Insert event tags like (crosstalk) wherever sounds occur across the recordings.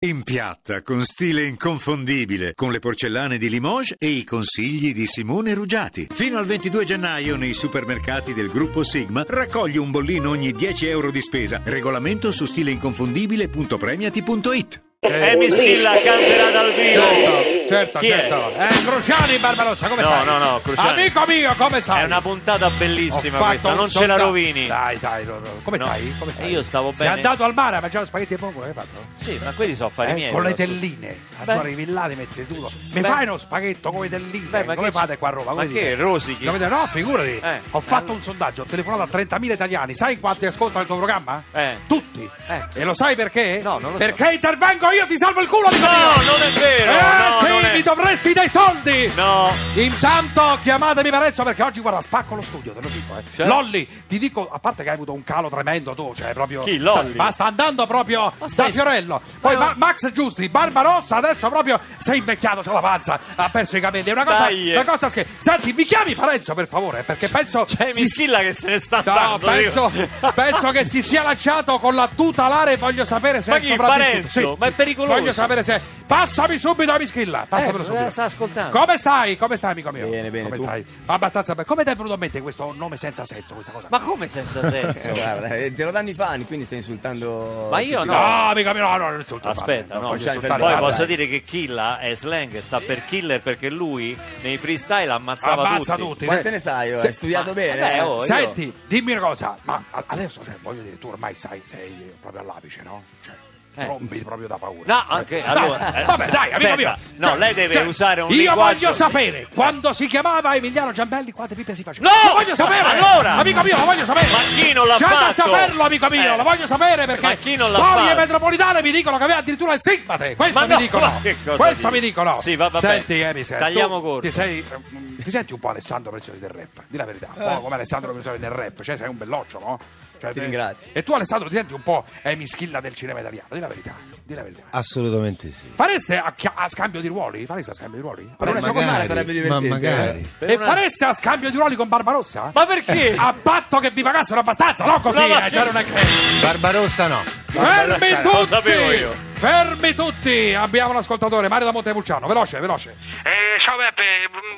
In piatta, con stile inconfondibile, con le porcellane di Limoges e i consigli di Simone Ruggiati. Fino al 22 gennaio nei supermercati del gruppo Sigma raccogli un bollino ogni 10 euro di spesa. Regolamento su stileinconfondibile.premiati.it Eh, Emi Schilla Eh, canterà dal vivo. Certo, certo, Chi è? certo. È? Cruciani Barbarossa, come No, stai? no, no, Cruciani. Amico mio, come stai? È una puntata Ho bellissima fatto questa, un non ce la sonda- rovini. Dai, dai, no, no. come No. stai? Come stai? Eh, Io stavo Sei bene. andato al mare a mangiare spaghetti e pongo, che hai fatto? Sì, ma quelli sono affari Eh, miei. con le però. telline, Beh. allora arrivi là, ti metti tutto. Mi Beh. fai uno spaghetto con le telline? Beh, ma come che- fate qua a Roma? Ma Come dite? che rosichi? Come dite? No, figurati. Eh. Ho fatto un sondaggio, ho telefonato a 30.000 italiani. Sai quanti ascoltano il tuo programma? Eh. Tutti. Eh. E lo sai perché? No, non lo so. Perché intervengo io, ti salvo il culo, No, amico mio! non è vero. eh no, sì, non è- mi dovresti dai soldi! No. Intanto chiamatemi Parenzo perché oggi guarda spacco lo studio, te lo dico. Eh. Cioè? Lolli, ti dico, a parte che hai avuto un calo tremendo tu, cioè proprio... Chi, Lolli? Sta, ma sta andando proprio stai- da Fiorello. Poi Ma- Ma- Max Giusti, Barbarossa, adesso proprio sei invecchiato, c'ha la panza, ha perso i capelli. È una cosa, Dai, eh. Cioè, una cosa che... Senti, mi chiami Parenzo per favore, perché penso... C'è Emi si- Schilla Eh, che se ne sta No, andando. penso, dico. penso che si sia lanciato con la tuta alare. Voglio sapere se Ma è chi, sopravvissuto. Parenzo? Ma è pericoloso. Voglio sapere se. Passami subito a Mischilla. Passamelo Eh, subito. sta ascoltando. Come stai? Come stai, amico mio? Bene, bene, Come tu? stai? Abbastanza bene. Come ti è venuto a mente questo nome senza senso? Questa cosa? (laughs) Ma come senza (laughs) Eh, senso? guarda, eh, te lo danno i fan, quindi stai insultando. Ma io tutti no, amico mio, no, no, non insulto. Fabio, Aspetta, non no. voglio Cruciani, insultare Poi Dai, Fabio. posso dai. dire che Killa è slang, sta per killer perché lui nei freestyle ammazzava Ammazza tutti. tutti. Quante ne sai? oh? Se- Hai studiato ma- bene? vabbè, eh? oh. Senti, dimmi una cosa, ma a- adesso cioè, voglio dire, tu ormai sai, sei proprio all'apice, no? Cioè, Eh. trombi proprio da paura. No, anche- Eh, allora, dai, eh, vabbè, dai, amico senta, mio. Cioè, no, lei deve usare un Io linguaggio- voglio sapere quando si chiamava Emiliano Giambelli quante pippe si faceva. No! Lo voglio sapere! Allora! Amico mio, lo voglio sapere! Ma chi non l'ha C'è da fatto? saperlo, amico mio, Eh. lo voglio sapere perché Ma chi non l'ha storie fatto? metropolitane mi dicono che aveva addirittura il stigmate. Questo Ma mi no, dicono. ma che cosa Questo dici? mi dicono. Sì, va- vabbè. Senti, Emi, se Tagliamo tu corto. Ti sei Mm, ti senti un po' Alessandro Prezzoli del rap, di la verità, un po' come Alessandro Prezzoli del rap, cioè sei un belloccio, no? Cioè, Eh. Ti te- ringrazio. E tu Alessandro ti senti un po' Amy Schilla del cinema italiano, di la verità, di la verità. Assolutamente sì. Fareste a, chi- a scambio di ruoli? Fareste a scambio di ruoli? Ma Fareste- adesso con Mara sarebbe ma divertente. magari. eh? Per e una- fareste a scambio di ruoli con Barbarossa? Ma perché? A patto che vi pagassero abbastanza, no così, No, ma eh, che- cioè non è che... Barbarossa no. Fermi Barbarossa, lo sapevo tutti! io. Fermi tutti! Abbiamo un ascoltatore, Mario da Montepulciano, veloce, veloce. Eh, ciao Peppe,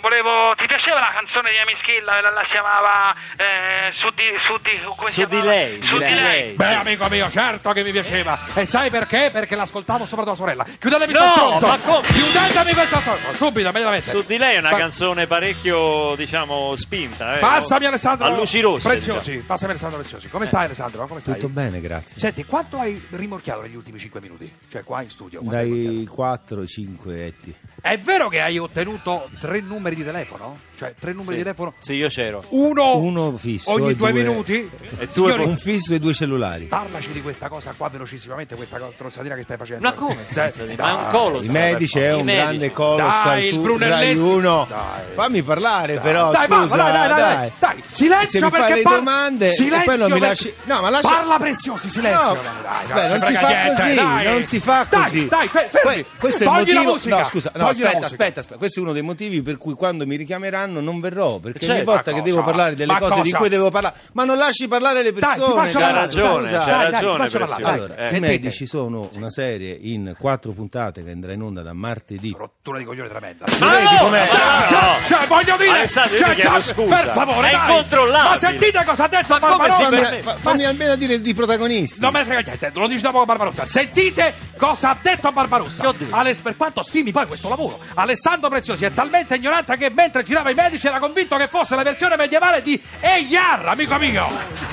volevo. Ti piaceva la canzone di Amischilla? La, la si chiamava eh, su di, su di, come si Su di chiamava? lei, Su di lei. Beh, amico mio, certo che mi piaceva. E sai perché? Perché l'ascoltavo sopra tua sorella. Chiudetemi No, sto stronzo. ma come? Chiudetemi questo stronzo. Subito, immediatamente. Su di lei è una Pa- canzone parecchio, diciamo, spinta. eh. Passami Alessandro. A luci diciamo. rosse. Preziosi. Passami Alessandro Preziosi. Come stai Alessandro? Come stai? Tutto bene, grazie. Senti, quanto hai rimorchiato negli ultimi 5 minuti? Cioè, qua in studio. quanto hai Dai rimorchiato? 4 5 etti. È vero che hai ottenuto tre numeri di telefono? Cioè, tre numeri Sì. di telefono? Sì, io c'ero. Uno, Uno fisso ogni e due, due- minuti? e due Signori, Un fisso e due cellulari. Parlaci di questa cosa qua velocissimamente, questa cosa stronzatina che stai facendo. Ma come? senza di- dai. Ma è un colo. I medici è un grande colossal Dai, il su Rai Brunelleschi. 1. Dai. Fammi parlare però, dai, va, scusa. dai, dai, dai, dai, dai. Silenzio Se mi perché fai le par- domande silenzio e poi non mi perché- lasci No, ma lascia Parla preziosi, silenzio. No, Dai, dai, beh, non non ci si frega fa niente, così, dai. non si fa Dai, così. dai, fe- fermi. Que- questo è il Togli la motivo. musica. No, scusa, no, Togli la aspetta, musica. aspetta, aspetta. Questo è uno dei motivi per cui quando mi richiameranno non verrò, perché Certo. ogni Ma volta che cosa? devo parlare delle Ma cose di cosa? cui devo parlare, ma non lasci parlare Dai, le ti persone. faccio dai, C'ha parlare, ragione, scusa. scusa. c'ha Dai, dai, ti ragione, faccio parlare, Preziosi. Allora, Eh, i sentite. medici sono una serie in quattro puntate che andrà in onda da martedì. Rottura di coglione tremenda. Vedi com'è? Ah, no. Cioè, cioè, voglio dire, Alessandro, io cioè, ti chiedo cioè, scusa. per favore, È dai. incontrollabile. Ma sentite cosa ha detto come Barbarossa. si Fammi, fa- fammi almeno dire di protagonisti. Non me ne frega niente, lo dici dopo con Barbarossa. Sentite cosa ha detto Barbarossa. Che ho detto? Aless- per quanto stimi poi questo lavoro, Alessandro Preziosi è talmente ignorante che mentre girava i medici era convinto che fosse la versione medievale di Eiar, amico mio.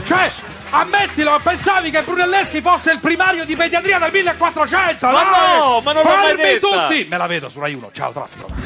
Cioè, ammettilo, pensavi che Brunelleschi fosse il primario di pediatria del 1400. Ma dai! no, ma non l'ho mai Fermi detta. tutti! Me la vedo su Rai 1. Ciao, traffico.